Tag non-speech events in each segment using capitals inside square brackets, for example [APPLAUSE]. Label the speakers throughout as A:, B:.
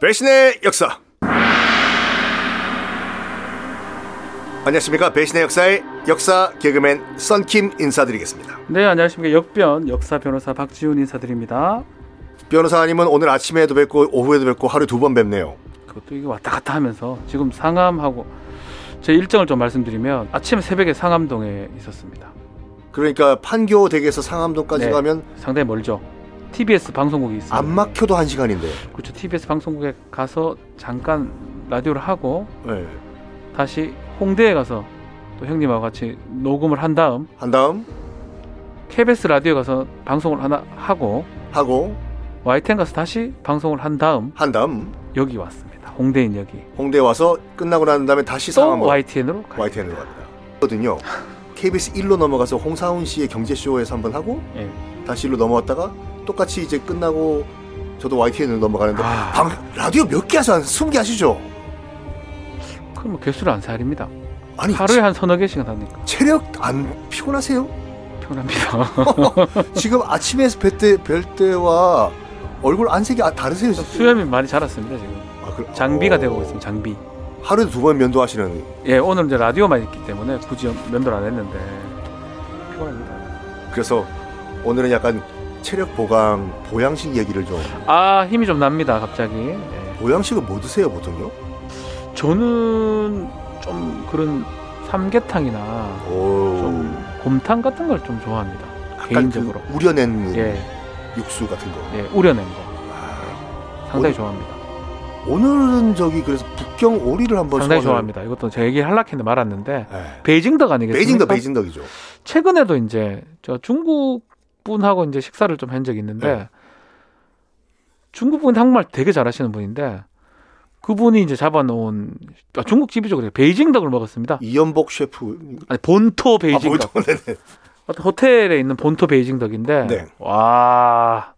A: 배신의 역사. 안녕하십니까 배신의 역사의 역사 개그맨 썬킴 인사드리겠습니다.
B: 네, 안녕하십니까. 역변 역사 변호사 박지훈 인사드립니다.
A: 변호사님은 오늘 아침에도 뵙고 오후에도 뵙고 하루 두 번 뵙네요.
B: 그것도 이게 왔다 갔다 하면서 지금 상암하고 제 일정을 좀 말씀드리면 아침 새벽에 상암동에 있었습니다.
A: 그러니까 판교 댁에서 상암동까지
B: 네.
A: 가면
B: 상당히 멀죠. TBS 방송국이 있습니다.
A: 안 막혀도 한 시간인데.
B: 그렇죠. TBS 방송국에 가서 잠깐 라디오를 하고
A: 네.
B: 다시 홍대에 가서 또 형님하고 같이 녹음을 한 다음
A: 한 다음
B: KBS 라디오에 가서 방송을 하나 하고
A: 하고
B: Y10 가서 다시 방송을 한 다음
A: 한 다음
B: 여기 왔습니다. 홍대인 여기.
A: 홍대 와서 끝나고 난 다음에 다시
B: 또
A: 상암으로
B: YTN으로 가요.
A: YTN으로 갑니다. 거든요. KBS 1로 넘어가서 홍사훈 씨의 경제쇼에서 한 번 하고
B: 예.
A: 다시 1로 넘어왔다가 똑같이 이제 끝나고 저도 YTN으로 넘어가는데
B: 아.
A: 방, 라디오 몇 개 하셔? 한 20개 하시죠?
B: 그럼 뭐 개수를 안 살립니다.
A: 아니
B: 하루에 한 서너 개씩 하니까
A: 체- 체력 안 피곤하세요?
B: 편합니다.
A: 지금 아침에 뵐, 때, 뵐 때와 얼굴 안색이 아, 다르세요? 진짜?
B: [LAUGHS] 수염이 많이 자랐습니다 지금.
A: 아, 그래-
B: 장비가
A: 어.
B: 되고 있습니다. 장비.
A: 하루에 두 번 면도하시는
B: 예, 오늘 이제 라디오만 있기 때문에 굳이 면도를 안 했는데 피곤합니다.
A: 그래서 오늘은 약간 체력 보강 보양식 얘기를 좀
B: 아 힘이 좀 납니다 갑자기. 예.
A: 보양식을 뭐 드세요 보통요?
B: 저는 좀 그런 삼계탕이나
A: 오,
B: 좀 곰탕 같은 걸 좀 좋아합니다.
A: 약간
B: 개인적으로.
A: 그 우려낸
B: 예,
A: 육수 같은 거.
B: 예, 우려낸 거
A: 아, 오늘-
B: 상당히 좋아합니다.
A: 오늘은 저기 그래서 북경 오리를 한번
B: 상당히
A: 소환을-
B: 좋아합니다. 이것도 제가 얘기를 하려고 했는데 말았는데
A: 예.
B: 베이징덕 아니겠습니까?
A: 베이징덕 베이징덕이죠.
B: 최근에도 이제 저 중국 분하고 이제 식사를 좀 한 적이 있는데
A: 네.
B: 중국 분이 한국말 되게 잘하시는 분인데 그분이 이제 잡아놓은 아, 중국집이죠 그래 베이징덕을 먹었습니다.
A: 이연복 셰프.
B: 아니 본토
A: 아,
B: 베이징덕
A: 보통 네네.
B: 어떤 호텔에 있는 본토 베이징덕인데
A: 네.
B: 와와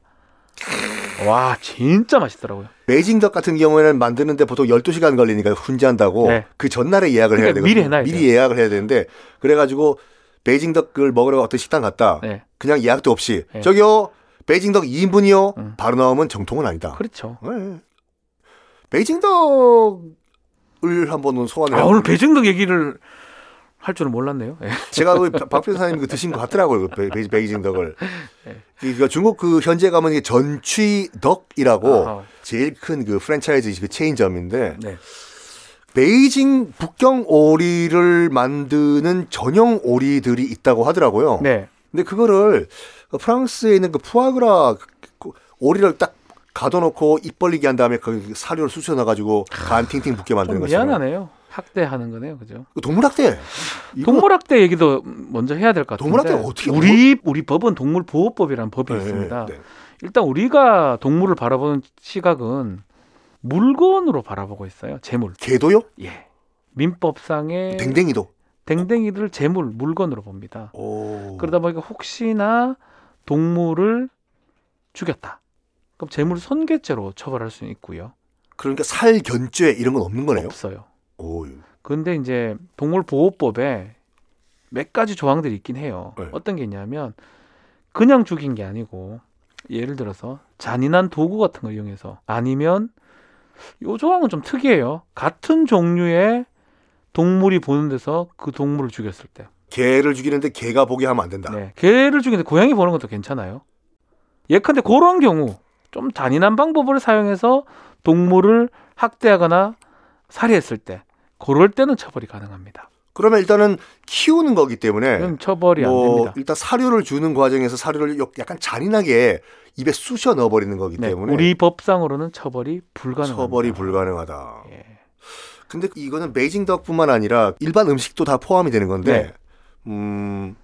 B: 진짜 맛있더라고요.
A: 베이징덕 같은 경우에는 만드는데 보통 12시간 걸리니까 훈제한다고
B: 네.
A: 그 전날에 예약을 해야
B: 그러니까
A: 되거든요.
B: 미리 해놔야
A: 미리 예약을 해야 되는데 그래가지고 베이징덕을 먹으러 어떤 식당 갔다.
B: 네
A: 그냥 예약도 없이
B: 네.
A: 저기요 베이징덕 2인분이요.
B: 음.
A: 바로 나오면 정통은 아니다.
B: 그렇죠.
A: 네. 베이징덕을 한번 소환을
B: 아,
A: 해볼게요.
B: 오늘 베이징덕 얘기를 할 줄은 몰랐네요. 예.
A: 제가 그박 변호사님 그 드신 것 같더라고요. 그 베이, 베이징덕을. 그러니까 중국 그 현재 가면 이게 전취덕이라고
B: 아하.
A: 제일 큰 그 프랜차이즈 그 체인점인데
B: 네.
A: 베이징 북경 오리를 만드는 전용 오리들이 있다고 하더라고요.
B: 네.
A: 근데 그거를 그 프랑스에 있는 그 푸아그라 그 오리를 딱 가둬놓고 입 벌리게 한 다음에 그 사료를 쑤셔 넣어가지고 간 팅팅 붙게
B: 아, 좀
A: 만드는 거잖아요.
B: 미안하네요. 학대하는 거네요, 그죠?
A: 동물학대. 이거-
B: 동물학대 얘기도 먼저 해야 될 것 같은데.
A: 동물학대 어떻게
B: 우리 우리 법은 동물보호법이라는 법이
A: 네,
B: 있습니다.
A: 네.
B: 일단 우리가 동물을 바라보는 시각은 물건으로 바라보고 있어요. 재물.
A: 개도요?
B: 예. 민법상의
A: 댕댕이도.
B: 댕댕... 이를 재물 물건으로 봅니다.
A: 오.
B: 그러다 보니까 혹시나 동물을 죽였다. 그럼 재물 손괴죄로 처벌할 수 있고요.
A: 그러니까 살견죄 이런 건 없는 거네요.
B: 없어요.
A: 오,
B: 근데 이제 동물보호법에 몇 가지 조항들이 있긴 해요.
A: 네.
B: 어떤 게 있냐면 그냥 죽인 게 아니고 예를 들어서 잔인한 도구 같은 걸 이용해서 아니면 요 조항은 좀 특이해요. 같은 종류의 동물이 보는 데서 그 동물을 죽였을 때.
A: 개를 죽이는데 개가 보게 하면 안 된다.
B: 네. 개를 죽이는데 고양이 보는 것도 괜찮아요. 예컨대 그런 경우 좀 잔인한 방법을 사용해서 동물을 학대하거나 살해했을 때 그럴 때는 처벌이 가능합니다.
A: 그러면 일단은 키우는 거기 때문에
B: 그럼 처벌이
A: 뭐
B: 안 됩니다.
A: 일단 사료를 주는 과정에서 사료를 역- 약간 잔인하게 입에 쑤셔 넣어 버리는 거기
B: 네,
A: 때문에
B: 우리 법상으로는 처벌이 불가능합니다.
A: 처벌이 불가능하다.
B: 예.
A: 근데 이거는 베이징덕뿐만 아니라 일반 음식도 다 포함이 되는
B: 네.
A: 건데 음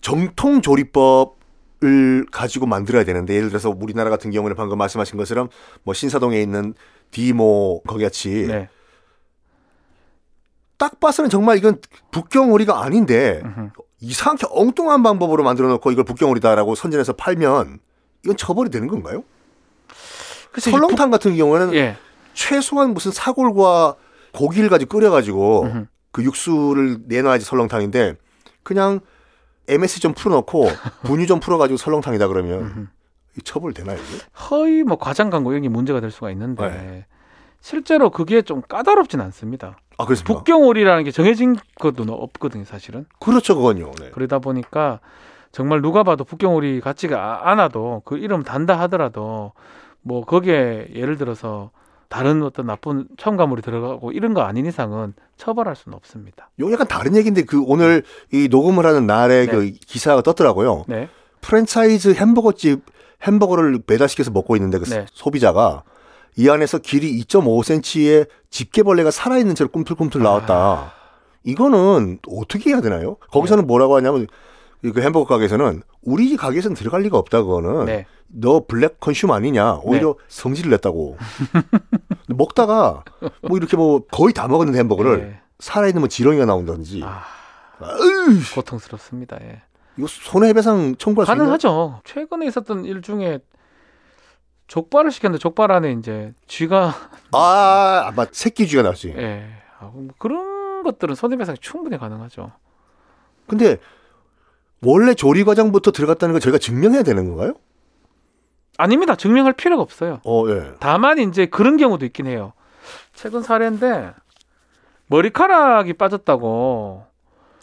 A: 정통 조리법 을 가지고 만들어야 되는데 예를 들어서 우리나라 같은 경우는 방금 말씀하신 것처럼 뭐 신사동에 있는 디모 거기 같이
B: 네.
A: 딱 봐서는 정말 이건 북경오리가 아닌데
B: 음흠.
A: 이상하게 엉뚱한 방법으로 만들어 놓고 이걸 북경오리다라고 선전해서 팔면 이건 처벌이 되는 건가요?
B: 글쎄, 이
A: 설렁탕 같은 경우에는
B: 부- 예.
A: 최소한 무슨 사골과 고기를 가지고 끓여가지고
B: 음흠.
A: 그 육수를 내놔야지 설렁탕인데
B: [LAUGHS]
A: 그냥 MSG 좀 풀어놓고 분유 좀 풀어가지고 설렁탕이다 그러면
B: 음흠.
A: 이 처벌되나요? 이게?
B: 허위 뭐 과장 광고 여기 문제가 될 수가 있는데
A: 예.
B: 실제로 그게 좀 까다롭진 않습니다.
A: 아, 그렇습니까?
B: 북경오리라는 게 정해진 것도 없거든요, 사실은.
A: 그렇죠, 그건요. 네.
B: 그러다 보니까 정말 누가 봐도 북경오리 같지가 아- 않아도 그 이름 단다 하더라도 뭐 거기에 예를 들어서 다른 어떤 나쁜 첨가물이 들어가고 이런 거 아닌 이상은 처벌할 수는 없습니다.
A: 이건 약간 다른 얘기인데 그 오늘 이 녹음을 하는 날에
B: 네.
A: 그 기사가 떴더라고요.
B: 네.
A: 프랜차이즈 햄버거집 햄버거를 배달시켜서 먹고 있는데 그
B: 네.
A: 소비자가 이 안에서 길이 2.5cm의 집게벌레가 살아있는 채로 꿈틀꿈틀 나왔다.
B: 아.
A: 이거는 어떻게 해야 되나요?
B: 네.
A: 거기서는 뭐라고 하냐면 그 햄버거 가게에서는 우리 가게에서는 들어갈 리가 없다 그거는
B: 네.
A: 너 블랙 컨슘 아니냐 오히려 성질을 냈다고 먹다가 뭐 이렇게 뭐 거의 다 먹었는데 햄버거를
B: 네.
A: 살아있는 뭐 지렁이가 나온다든지
B: 아,
A: 으이,
B: 고통스럽습니다. 예.
A: 이거 손해배상 청구할 수 있는
B: 가능하죠. 최근에 있었던 일 중에 족발을 시켰는데 족발 안에 이제 쥐가
A: 아, 아마 새끼 쥐가 나왔지.
B: 예. 아, 뭐 그런 것들은 손해배상 이 충분히 가능하죠.
A: 근데 원래 조리 과정부터 들어갔다는 걸 저희가 증명해야 되는 건가요?
B: 아닙니다. 증명할 필요가 없어요.
A: 어, 예.
B: 다만 이제 그런 경우도 있긴 해요. 최근 사례인데 머리카락이 빠졌다고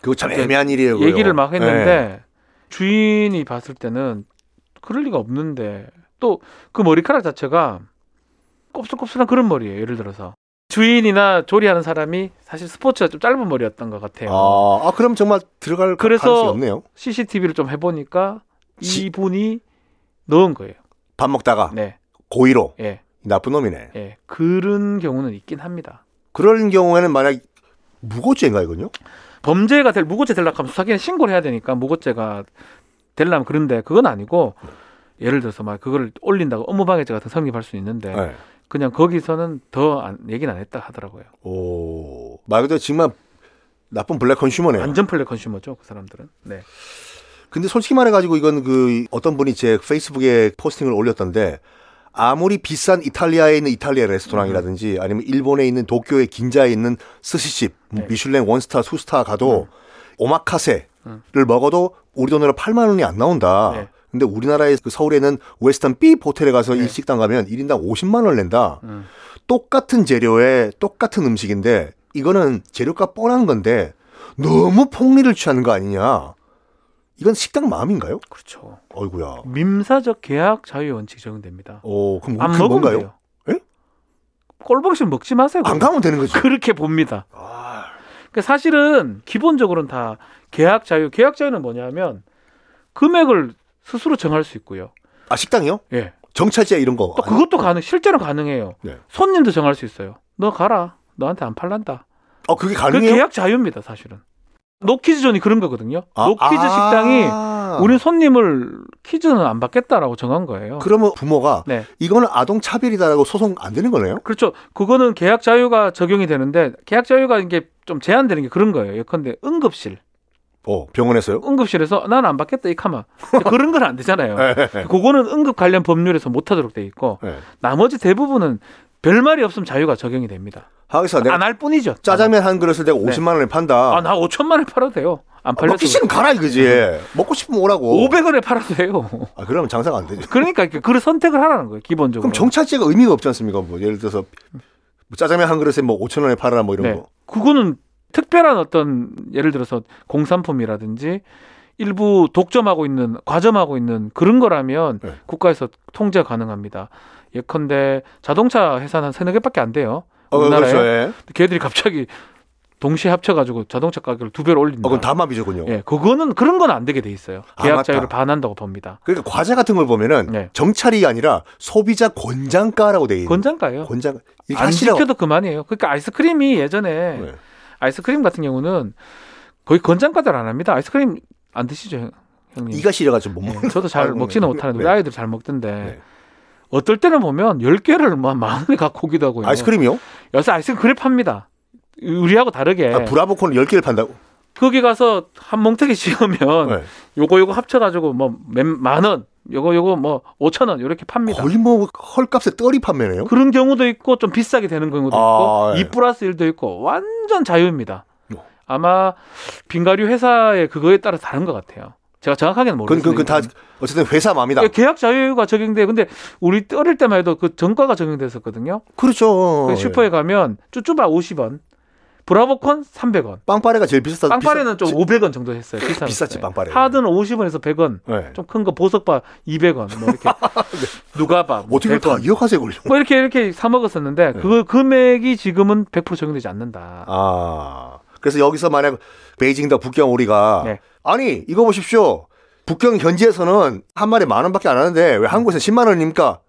A: 그거 참
B: 이제
A: 애매한 일이에요. 그거.
B: 예, 얘기를 막
A: 예.
B: 했는데 주인이 봤을 때는 그럴 리가 없는데 또 그 머리카락 자체가 곱슬곱슬한 그런 머리예요. 예를 들어서 주인이나 조리하는 사람이 사실 스포츠가 좀 짧은 머리였던 것 같아요.
A: 아, 아, 그럼 정말 들어갈
B: 그래서-
A: 가능성이 없네요.
B: CCTV를 좀 해보니까
A: 지-
B: 이분이 넣은 거예요.
A: 밥 먹다가
B: 네,
A: 고의로
B: 예,
A: 나쁜 놈이네.
B: 예, 그런 경우는 있긴 합니다.
A: 그런 경우에는 만약 무고죄인가 이건요?
B: 범죄가 될 무고죄 될라 하면 수사기는 신고를 해야 되니까 무고죄가 될라면 그런데 그건 아니고 예를 들어서 막 그걸 올린다고 업무방해죄 같은 성립할 수 있는데
A: 예.
B: 그냥 거기서는 더 안, 얘기는 안 했다 하더라고요.
A: 오, 말 그대로 정말 나쁜 블랙 컨슈머네요.
B: 완전 플랫 컨슈머죠 그 사람들은. 네,
A: 근데 솔직히 말해가지고 이건 그 어떤 분이 제 페이스북에 포스팅을 올렸던데 아무리 비싼 이탈리아에 있는 이탈리아 레스토랑이라든지
B: 음.
A: 아니면 일본에 있는 도쿄의 긴자에 있는 스시집 뭐
B: 네.
A: 미슐랭 원스타 투스타 가도 오마카세를
B: 음.
A: 먹어도 우리 돈으로 8만 원이 안 나온다.
B: 네.
A: 근데 우리나라의 그 서울에는 웨스턴 삐 호텔에 가서
B: 네.
A: 일식당 가면 1인당 50만 원을 낸다.
B: 음.
A: 똑같은 재료에 똑같은 음식인데 이거는 재료값 뻔한 건데 너무 폭리를 취하는 거 아니냐. 이건 식당 마음인가요?
B: 그렇죠.
A: 어이구야.
B: 민사적 계약 자유 원칙 적용됩니다.
A: 어, 그럼
B: 안
A: 그게
B: 먹으면
A: 뭔가요?
B: 돼요.
A: 예?
B: 꼴보기 싫으면 먹지 마세요.
A: 안
B: 그거.
A: 가면 되는 거지.
B: 그렇게 봅니다.
A: 아,
B: 그러니까 사실은 기본적으로는 다 계약 자유. 계약 자유는 뭐냐면 금액을 스스로 정할 수 있고요.
A: 아, 식당이요?
B: 예.
A: 정찰제 이런 거.
B: 또 그것도 가능. 실제로 가능해요.
A: 아, 네.
B: 손님도 정할 수 있어요. 너 가라. 너한테 안 팔란다.
A: 어, 그게
B: 그
A: 가능해요?
B: 계약 자유입니다, 사실은. 노키즈 존이 그런 거거든요.
A: 아,
B: 노키즈
A: 아.
B: 뭐 식당이 우리 손님을 키즈는 안 받겠다라고 정한 거예요.
A: 그러면 부모가
B: 네.
A: 이거는 아동 차별이다라고 소송 안 되는 거네요?
B: 그렇죠. 그거는 계약 자유가 적용이 되는데 계약 자유가 이게 좀 제한되는 게 그런 거예요. 예컨대 응급실.
A: 어, 병원에서요?
B: 응급실에서 난 안 받겠다 이 카마
A: [LAUGHS]
B: 그런 건 안 되잖아요.
A: 예, 예,
B: 그거는 응급 관련 법률에서 못하도록 돼 있고
A: 예.
B: 나머지 대부분은 별 말이 없으면 자유가 적용이 됩니다.
A: 하기사 아, 내가
B: 안 할 뿐이죠.
A: 짜장면 한 그릇을 내가 50만 원에 판다.
B: 아, 아나 네. 5천만 원에 팔아도 돼요. 안 팔려도
A: 먹기 싫으면 가라 이거지. 먹고 싶으면 오라고.
B: 500원에 팔아도 돼요.
A: 아, 그러면 장사가 안
B: [LAUGHS]
A: 되죠.
B: 그러니까 이렇게 그런 선택을 하라는 거예요. 기본적으로.
A: 그럼 정찰제가 의미가 없지 않습니까? 뭐 예를 들어서 뭐 짜장면 한 그릇에 뭐 5천 원에 팔아라 뭐 이런
B: 네.
A: 거.
B: 그거는 특별한 어떤 예를 들어서 공산품이라든지 일부 독점하고 있는 과점하고 있는 그런 거라면
A: 네.
B: 국가에서 통제 가능합니다. 예컨대 자동차 회사는 한 세네 개밖에 안 돼요.
A: 어,
B: 우리나라에
A: 그렇죠. 예.
B: 걔들이 갑자기 동시에 합쳐가지고 자동차 가격을 두 배로
A: 어,
B: 올린다.
A: 그럼 담합이죠군요.
B: 음. 예, 그거는 그런 건 안 되게 돼 있어요.
A: 아,
B: 계약
A: 맞다.
B: 자유를 반한다고 봅니다.
A: 그러니까 과자 같은 걸 보면은
B: 네.
A: 정찰이 아니라 소비자 음. 권장가라고 돼 있는
B: 권장가요.
A: 권장 이렇게
B: 안
A: 하시라고
B: 지켜도 그만이에요. 그러니까 아이스크림이 예전에
A: 네.
B: 아이스크림 같은 경우는 거의 권장가들 안 합니다. 아이스크림 안 드시죠, 형- 형님?
A: 이가 시려가지고 뭐 못 먹는
B: 예, 저도 잘
A: 아이고,
B: 먹지는
A: 네.
B: 못하는데
A: 네.
B: 우리 아이들 잘 먹던데
A: 네.
B: 어떨 때는 보면 10개를 막만 원에 갖고 오기도 하고요.
A: 아이스크림이요?
B: 요새 아이스크림 그래 팝니다. 우리하고 다르게
A: 아, 브라보콘을 10개를 판다고?
B: 거기 가서 한 뭉태기 씌우면
A: 네.
B: 요거 요거 합쳐가지고 뭐 몇 만 원, 요거 요거 뭐 5천 원 이렇게 팝니다.
A: 거의 뭐 헐값에 떨이 판매네요?
B: 어? 그런 경우도 있고 좀 비싸게 되는 경우도
A: 아,
B: 있고
A: 예.
B: 이 플러스 일도 있고 완전 자유입니다.
A: 어.
B: 아마 빙가류 회사의 그거에 따라 다른 것 같아요. 제가 정확하게는
A: 그건
B: 모르겠어요.
A: 그건 다 어쨌든 회사 마음이다.
B: 예, 계약 자유가 적용돼. 근데 우리 어릴 때만 해도 그 정가가 적용됐었거든요.
A: 그렇죠.
B: 그 슈퍼에 가면 쭈쭈바 50원, 브라보콘 300원,
A: 예. 빵빠레가 제일 비쌌다.
B: 빵빠레는 좀 500원 정도 했어요. 비싸
A: 비쌌지, 빵빠레.
B: 하드는 50원에서 100원,
A: 네.
B: 좀 큰 거 보석바 200원 뭐
A: [LAUGHS]
B: 이렇게 누가바 뭐
A: 어떻게
B: 100원.
A: 다 이어가세 걸려.
B: 뭐 이렇게 이렇게 사 먹었었는데 그 금액이 지금은 100% 적용되지 않는다.
A: 네. 아. 그래서 여기서 만약 베이징과 북경 오리가
B: 네.
A: 아니 이거 보십시오. 북경 현지에서는 한 마리 만 원밖에 안 하는데
B: 음.
A: 왜 한국에서 10만 원입니까?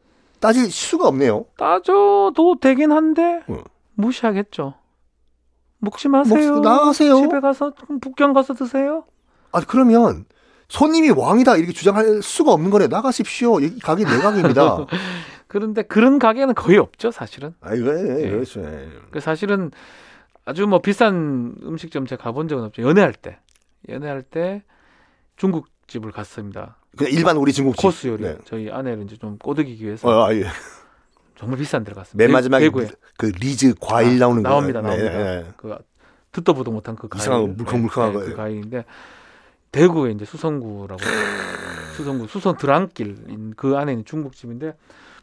A: 따질 수가 없네요.
B: 따져도 되긴 한데
A: 응.
B: 무시하겠죠. 먹지 마세요.
A: 먹지 나가세요.
B: 집에 가서 북경 가서 드세요.
A: 아 그러면 손님이 왕이다 이렇게 주장할 수가 없는 거네. 나가십시오. 이 가게 내
B: [LAUGHS]
A: 가게입니다.
B: 그런데 그런 가게는 거의 없죠, 사실은.
A: 아 이거
B: 예.
A: 그렇죠.
B: 그 사실은 아주 뭐 비싼 음식점 제가 가본 적은 없죠. 연애할 때. 연애할 때 중국집을 갔습니다.
A: 그냥 일반 우리 중국집.
B: 코스 요리.
A: 네.
B: 저희 아내를 이제 좀 꼬드기기 위해서
A: 어, 아, 예.
B: 정말 비싼 데를 갔습니다.
A: 맨
B: 대-
A: 마지막에
B: 네, 대구에.
A: 그 리즈 과일
B: 아,
A: 나오는 거
B: 나옵니다,
A: 네,
B: 나옵니다.
A: 네, 네.
B: 그 듣도 보도 못한 그
A: 이상한
B: 과일.
A: 물컹물컹한
B: 그
A: 거예요.
B: 과일인데 대구에 이제 수성구라고 수성구 수성 드랑길인 그 안에 있는 중국집인데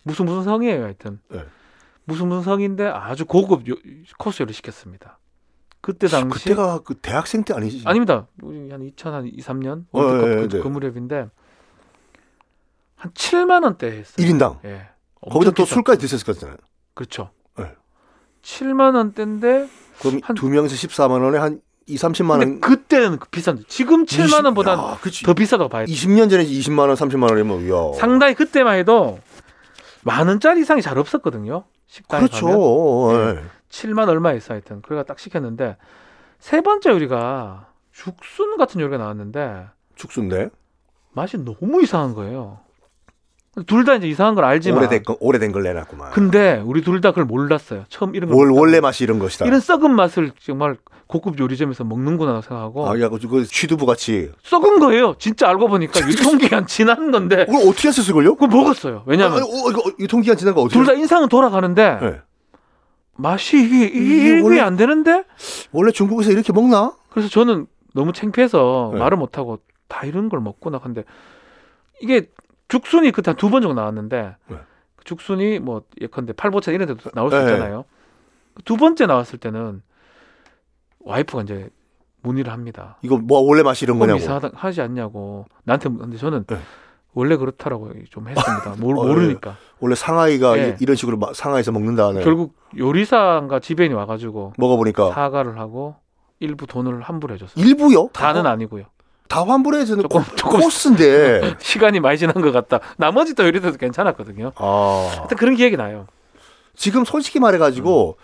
B: 무슨 무슨 성이에요 하여튼
A: 네.
B: 무슨 무슨 성인데 아주 고급 요- 코스요리 시켰습니다. 그때 당시
A: 그때가 그 대학생 때 아니지?
B: 아닙니다. 우리 한 2003년
A: 어,
B: 월드컵
A: 예, 예,
B: 그,
A: 네.
B: 그 무렵인데 한 7만 원대 했어요.
A: 1인당.
B: 예.
A: 거기다
B: 엄청
A: 또
B: 비쌌-
A: 술까지 드셨을 거잖아요.
B: 그렇죠.
A: 네.
B: 7만 원대인데
A: 그럼
B: 한-
A: 두 명에서 14만 원에 한 2, 30만
B: 근데
A: 원.
B: 그때는 그 비싼데 지금 7만 원보다
A: 야, 아, 그치.
B: 더 비싸다고 봐야 돼.
A: 20년 전에 20만 원, 30만 원이면 야.
B: 상당히 그때만 해도 만 원짜리 이상이 잘 없었거든요. 식당에 가면
A: 그렇죠.
B: 가면?
A: 예.
B: 7만 얼마 있어 하여튼 그래가 딱 시켰는데 세 번째 요리가 죽순 같은 요리가 나왔는데
A: 축수인데
B: 맛이 너무 이상한 거예요. 둘 다 이제 이상한 걸 알지만
A: 오래된 거, 오래된 걸 내놨구만.
B: 근데 우리 둘 다 그걸 몰랐어요. 처음 이런 걸
A: 월,
B: 먹다
A: 원래
B: 보니까.
A: 맛이 이런 것이다.
B: 뭐 이런 썩은 맛을 정말 고급 요리점에서 먹는구나 생각하고
A: 아, 야, 그- 그 취두부 같이.
B: 썩은 거예요. 진짜 알고 보니까 유통기한 지난 건데
A: 그걸 어떻게 했을 걸요?
B: 그걸 먹었어요.
A: 아,
B: 왜냐하면
A: 어, 이거 유통기한 지난 거 어떻게?
B: 둘 다 인상은 돌아가는데
A: 네.
B: 맛이 이게
A: 이게
B: 일이
A: 원래-
B: 안 되는데
A: 원래 중국에서 이렇게 먹나?
B: 그래서 저는 너무 창피해서
A: 네.
B: 말을 못하고 다 이런 걸 먹구나 근데 이게 죽순이 그때 두 번 정도 나왔는데
A: 네.
B: 그 죽순이 뭐 예컨대 팔보채 이런 데도 나올 수
A: 네.
B: 있잖아요 그두 번째 나왔을 때는 와이프가 이제 문의를 합니다
A: 이거 뭐 원래 맛이 이런
B: 너무
A: 거냐고.
B: 이상하다 하지 않냐고 나한테 근데 저는
A: 네.
B: 원래 그렇다라고 좀
A: [LAUGHS]
B: 했습니다 모르,
A: 어, 예.
B: 모르니까
A: 원래 상하이가
B: 예.
A: 이- 이런 식으로 마- 상하이에서 먹는다네.
B: 결국 요리사가 지배인이 와가지고
A: 먹어보니까
B: 사과를 하고 일부 돈을 환불해 줬어요.
A: 일부요?
B: 다는
A: 다,
B: 아니고요. [LAUGHS]
A: 다 환불해주는
B: 조금 조금 [LAUGHS]
A: 코스인데.
B: 시간이 많이 지난 것 같다. 나머지 또 요리도 괜찮았거든요.
A: 아
B: 하여튼 그런 기억이 나요.
A: 지금 솔직히 말해가지고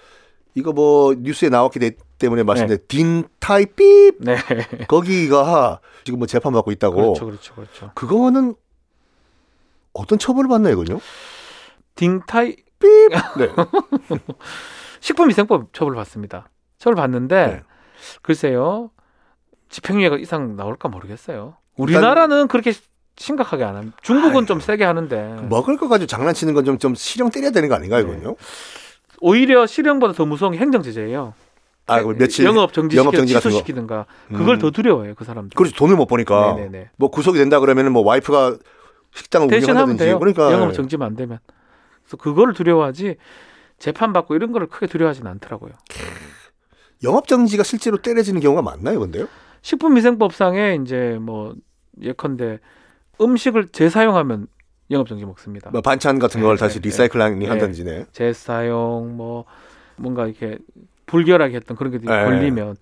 A: 이거 뭐 뉴스에 나왔기 때- 때문에 말씀드린 딘 타이피
B: 네.
A: 거기가 지금 뭐 재판 받고 있다고.
B: 그렇죠, 그렇죠, 그렇죠.
A: 그거는 어떤 처벌을 받나요, 이건요?
B: 딩타이
A: 네.
B: 식품위생법 처벌 받습니다. 처벌 받는데
A: 네.
B: 글쎄요 집행유예가 이상 나올까 모르겠어요. 우리나라는 그렇게 심각하게 안 합니다. 중국은
A: 아이고. 뭐
B: 좀 세게 하는데
A: 먹을 거 가지고 장난치는 건 좀 좀 실형 때려야 되는 거 아닌가 이건요?
B: 네. 오히려 실형보다 더 무서운 게 행정제재예요.
A: 아, 그 며칠
B: 영업 정지
A: 영업 정지 같은 거.
B: 취소시키든가 그걸
A: 음.
B: 더 두려워해요 그 사람들.
A: 그렇지 돈을 못 버니까
B: 네네네.
A: 뭐 구속이 된다 그러면은 뭐 와이프가 식당을
B: 대신 하면
A: 운영한다든지
B: 돼요.
A: 그러니까
B: 영업 정지만 안 되면. 그래서 그거를 두려워하지 재판 받고 이런 거를 크게 두려워하진 않더라고요.
A: 영업 정지가 실제로 때려지는 경우가 많나요, 근데요?
B: 식품위생법상에 이제 뭐 예컨대 음식을 재사용하면 영업 정지 먹습니다.
A: 뭐 반찬 같은 걸
B: 네,
A: 다시
B: 네,
A: 리사이클링
B: 네.
A: 한다든지 네.
B: 재사용 뭐 뭔가 이렇게 불결하게 했던 그런 게
A: 네.
B: 걸리면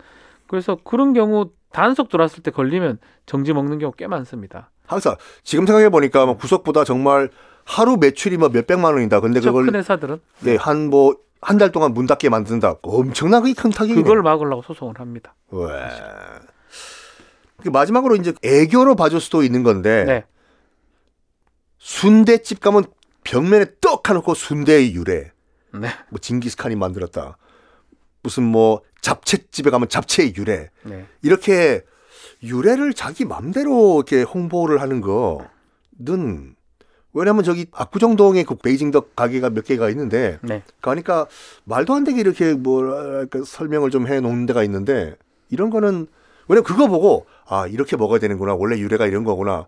B: 그래서 그런 경우 단속 들어왔을 때 걸리면 정지 먹는 경우 꽤 많습니다.
A: 항상 지금 생각해 보니까 뭐 구속보다 정말 하루 매출이 뭐 몇백만 원이다. 근데
B: 그큰
A: 그걸
B: 회사들은
A: 네, 한 뭐 한 달 동안 문 닫게 만든다. 엄청나게 큰 타격이네.
B: 그걸 막으려고 소송을 합니다.
A: 와. 그 마지막으로 이제 애교로 봐줄 수도 있는 건데
B: 네.
A: 순대집 가면 벽면에 떡 해놓고 순대의 유래.
B: 네.
A: 뭐 징기스칸이 만들었다. 무슨 뭐 잡채집에 가면 잡채의 유래.
B: 네.
A: 이렇게 유래를 자기 맘대로 이렇게 홍보를 하는 거는 왜냐면 저기 압구정동에 그 베이징덕 가게가 몇 개가 있는데 그러니까
B: 네.
A: 가니까 말도 안 되게 이렇게 뭐랄까 설명을 좀 해 놓는 데가 있는데 이런 거는 왜냐면 그거 보고 아 이렇게 먹어야 되는구나 원래 유래가 이런 거구나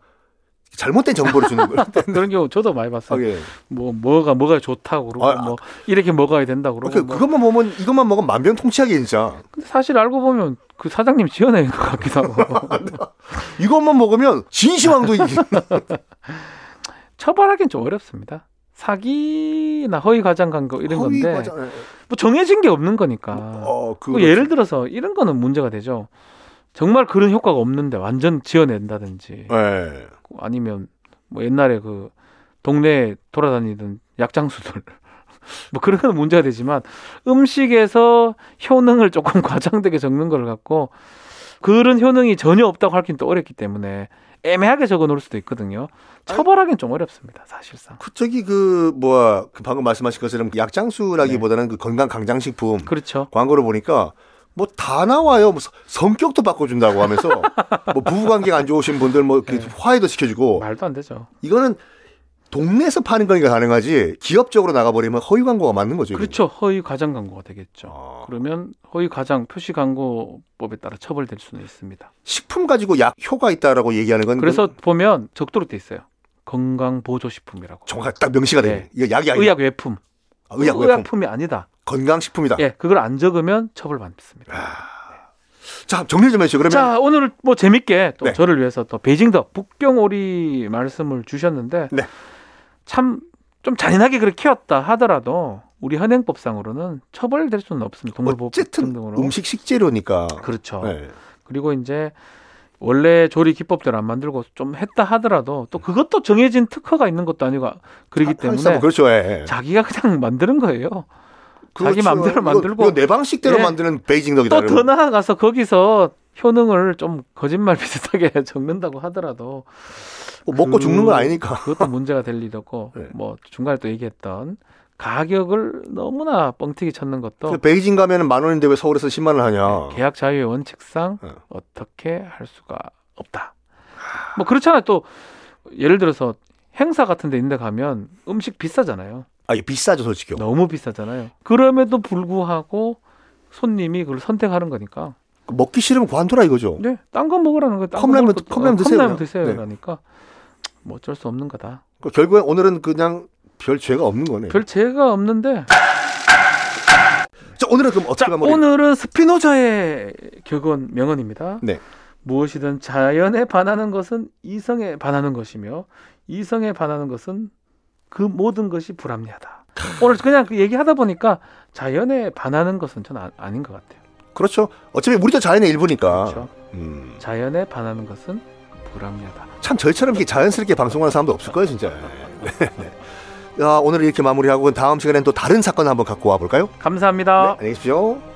A: 잘못된 정보를 주는
B: [LAUGHS]
A: 거예요.
B: 그런 경우 저도 많이
A: 아,
B: 봤어요.
A: 예.
B: 뭐 뭐가 뭐가 좋다고 그러고
A: 아, 아.
B: 뭐 이렇게 먹어야 된다 고
A: 그러니까
B: 그러고 뭐.
A: 그것만 보면 이것만 먹으면 만병통치약이 진짜.
B: 근데 사실 알고 보면 그 사장님 지어낸 것 같기도 하고
A: [LAUGHS] 이것만 먹으면 진시황도
B: [LAUGHS]
A: 이-
B: 처벌하기는 좀 어렵습니다. 사기나 허위 과장 광고 이런
A: 허위
B: 건데
A: 과장-
B: 뭐 정해진 게 없는 거니까.
A: 어,
B: 그
A: 그
B: 예를 들어서 이런 거는 문제가 되죠. 정말 그런 효과가 없는데 완전 지어낸다든지
A: 예.
B: 아니면 뭐 옛날에 그 동네에 돌아다니던 약장수들 [LAUGHS] 뭐 그런 건 문제가 되지만 음식에서 효능을 조금 [LAUGHS] 과장되게 적는 걸 갖고 그런 효능이 전혀 없다고 하긴 또 어렵기 때문에 애매하게 적어 놓을 수도 있거든요. 처벌하기는 좀 어렵습니다, 사실상.
A: 그 저기 그 뭐야 그 방금 말씀하신 것처럼 약장수라기보다는
B: 네.
A: 그 건강 강장식품
B: 그렇죠.
A: 광고를 보니까 뭐 다 나와요. 뭐 서- 성격도 바꿔준다고
B: [LAUGHS]
A: 하면서 뭐 부부관계가 안 좋으신 분들 뭐 이렇게
B: 네.
A: 화해도 시켜주고
B: 말도 안 되죠.
A: 이거는 동네에서 파는 거니까 가능하지 기업적으로 나가버리면 허위 광고가 맞는 거죠. 이게.
B: 그렇죠. 허위 과장 광고가 되겠죠.
A: 네, 아,
B: 그러면 허위 과장 표시 광고법에 따라 처벌될 수는 있습니다.
A: 식품 가지고 약 효과 있다라고 얘기하는 건뭐
B: 그래서 보면 적도로 돼 있어요. 건강 보조 식품이라고.
A: 정확히 딱 명시가 되네.
B: 네.
A: 이거 약이 아니야.
B: 의약 외품. 그
A: 아, 의약, 의약품.
B: 의약품. 이 아니다.
A: 건강식품이다.
B: 예, 그걸 안 적으면 처벌받습니다.
A: 자, 정리 좀 해주세요. 그러면
B: 자, 오늘 뭐 재밌게 또
A: 네.
B: 저를 위해서 또 베이징덕 북경오리 말씀을 주셨는데
A: 네.
B: 참 좀 잔인하게 그렇게 키웠다 하더라도 우리 현행법상으로는 처벌될 수는 없습니다. 동물보호
A: 어쨌든
B: 등등으로.
A: 음식 식재료니까.
B: 그렇죠.
A: 네.
B: 그리고 이제 원래 조리 기법대로 안 만들고 좀 했다 하더라도 또 그것도 정해진 특허가 있는 것도 아니고 그러기
A: 하- 하기사
B: 때문에
A: 뭐 그렇죠. 예.
B: 자기가 그냥 만드는 거예요. 자기
A: 그렇죠.
B: 마음대로
A: 이거-
B: 만들고.
A: 이거 내 방식대로
B: 예.
A: 만드는 베이징덕이다.
B: 또 더 나아가서 거기서 효능을 좀 거짓말 비슷하게 [LAUGHS] 적는다고 하더라도
A: 뭐 먹고
B: 그-
A: 죽는 건 아니니까.
B: 그것도 문제가 될 일이 없고
A: [LAUGHS] 네.
B: 뭐 중간에 또 얘기했던 가격을 너무나 뻥튀기 찾는 것도
A: 베이징 가면은 만 원인데 왜 서울에서 10만 원 하냐.
B: 계약 자유의 원칙상
A: 어.
B: 어떻게 할 수가 없다. 뭐 그렇잖아요. 또 예를 들어서 행사 같은 데 있는데 가면 음식 비싸잖아요.
A: 아, 이거 비싸죠, 솔직히.
B: 너무 비싸잖아요. 그럼에도 불구하고 손님이 그걸 선택하는 거니까.
A: 먹기 싫으면 관둬라 이거죠.
B: 네, 딴 거 먹으라는 거예요. 딴거
A: 뭐. 컵라면
B: 먹을
A: 드-
B: 것도-
A: 컵라면
B: 어,
A: 드세요,
B: 컵라면
A: 그냥.
B: 드세요.
A: 네.
B: 그러니까 뭐 어쩔 수 없는 거다.
A: 그 결국엔 오늘은 그냥 별 죄가 없는 거네.
B: 별 죄가 없는데
A: 자, 오늘은 그럼 어떻게
B: 자,
A: 마무리?
B: 오늘은 스피노자의 격언 명언입니다.
A: 네.
B: 무엇이든 자연에 반하는 것은 이성에 반하는 것이며 이성에 반하는 것은 그 모든 것이 불합리하다. 오늘 그냥 그 얘기하다 보니까 자연에 반하는 것은 전 아, 아닌 것 같아요.
A: 그렇죠. 어차피 우리도 자연의 일부니까.
B: 그렇죠.
A: 음.
B: 자연에 반하는 것은 불합리하다.
A: 참 저희처럼 이렇게 자연스럽게 방송하는 사람도 없을 거예요, 진짜. [LAUGHS] 네. 야, 오늘 이렇게 마무리하고 다음 시간엔 또 다른 사건 한번 갖고 와 볼까요?
B: 감사합니다.
A: 네, 안녕히 계십시오.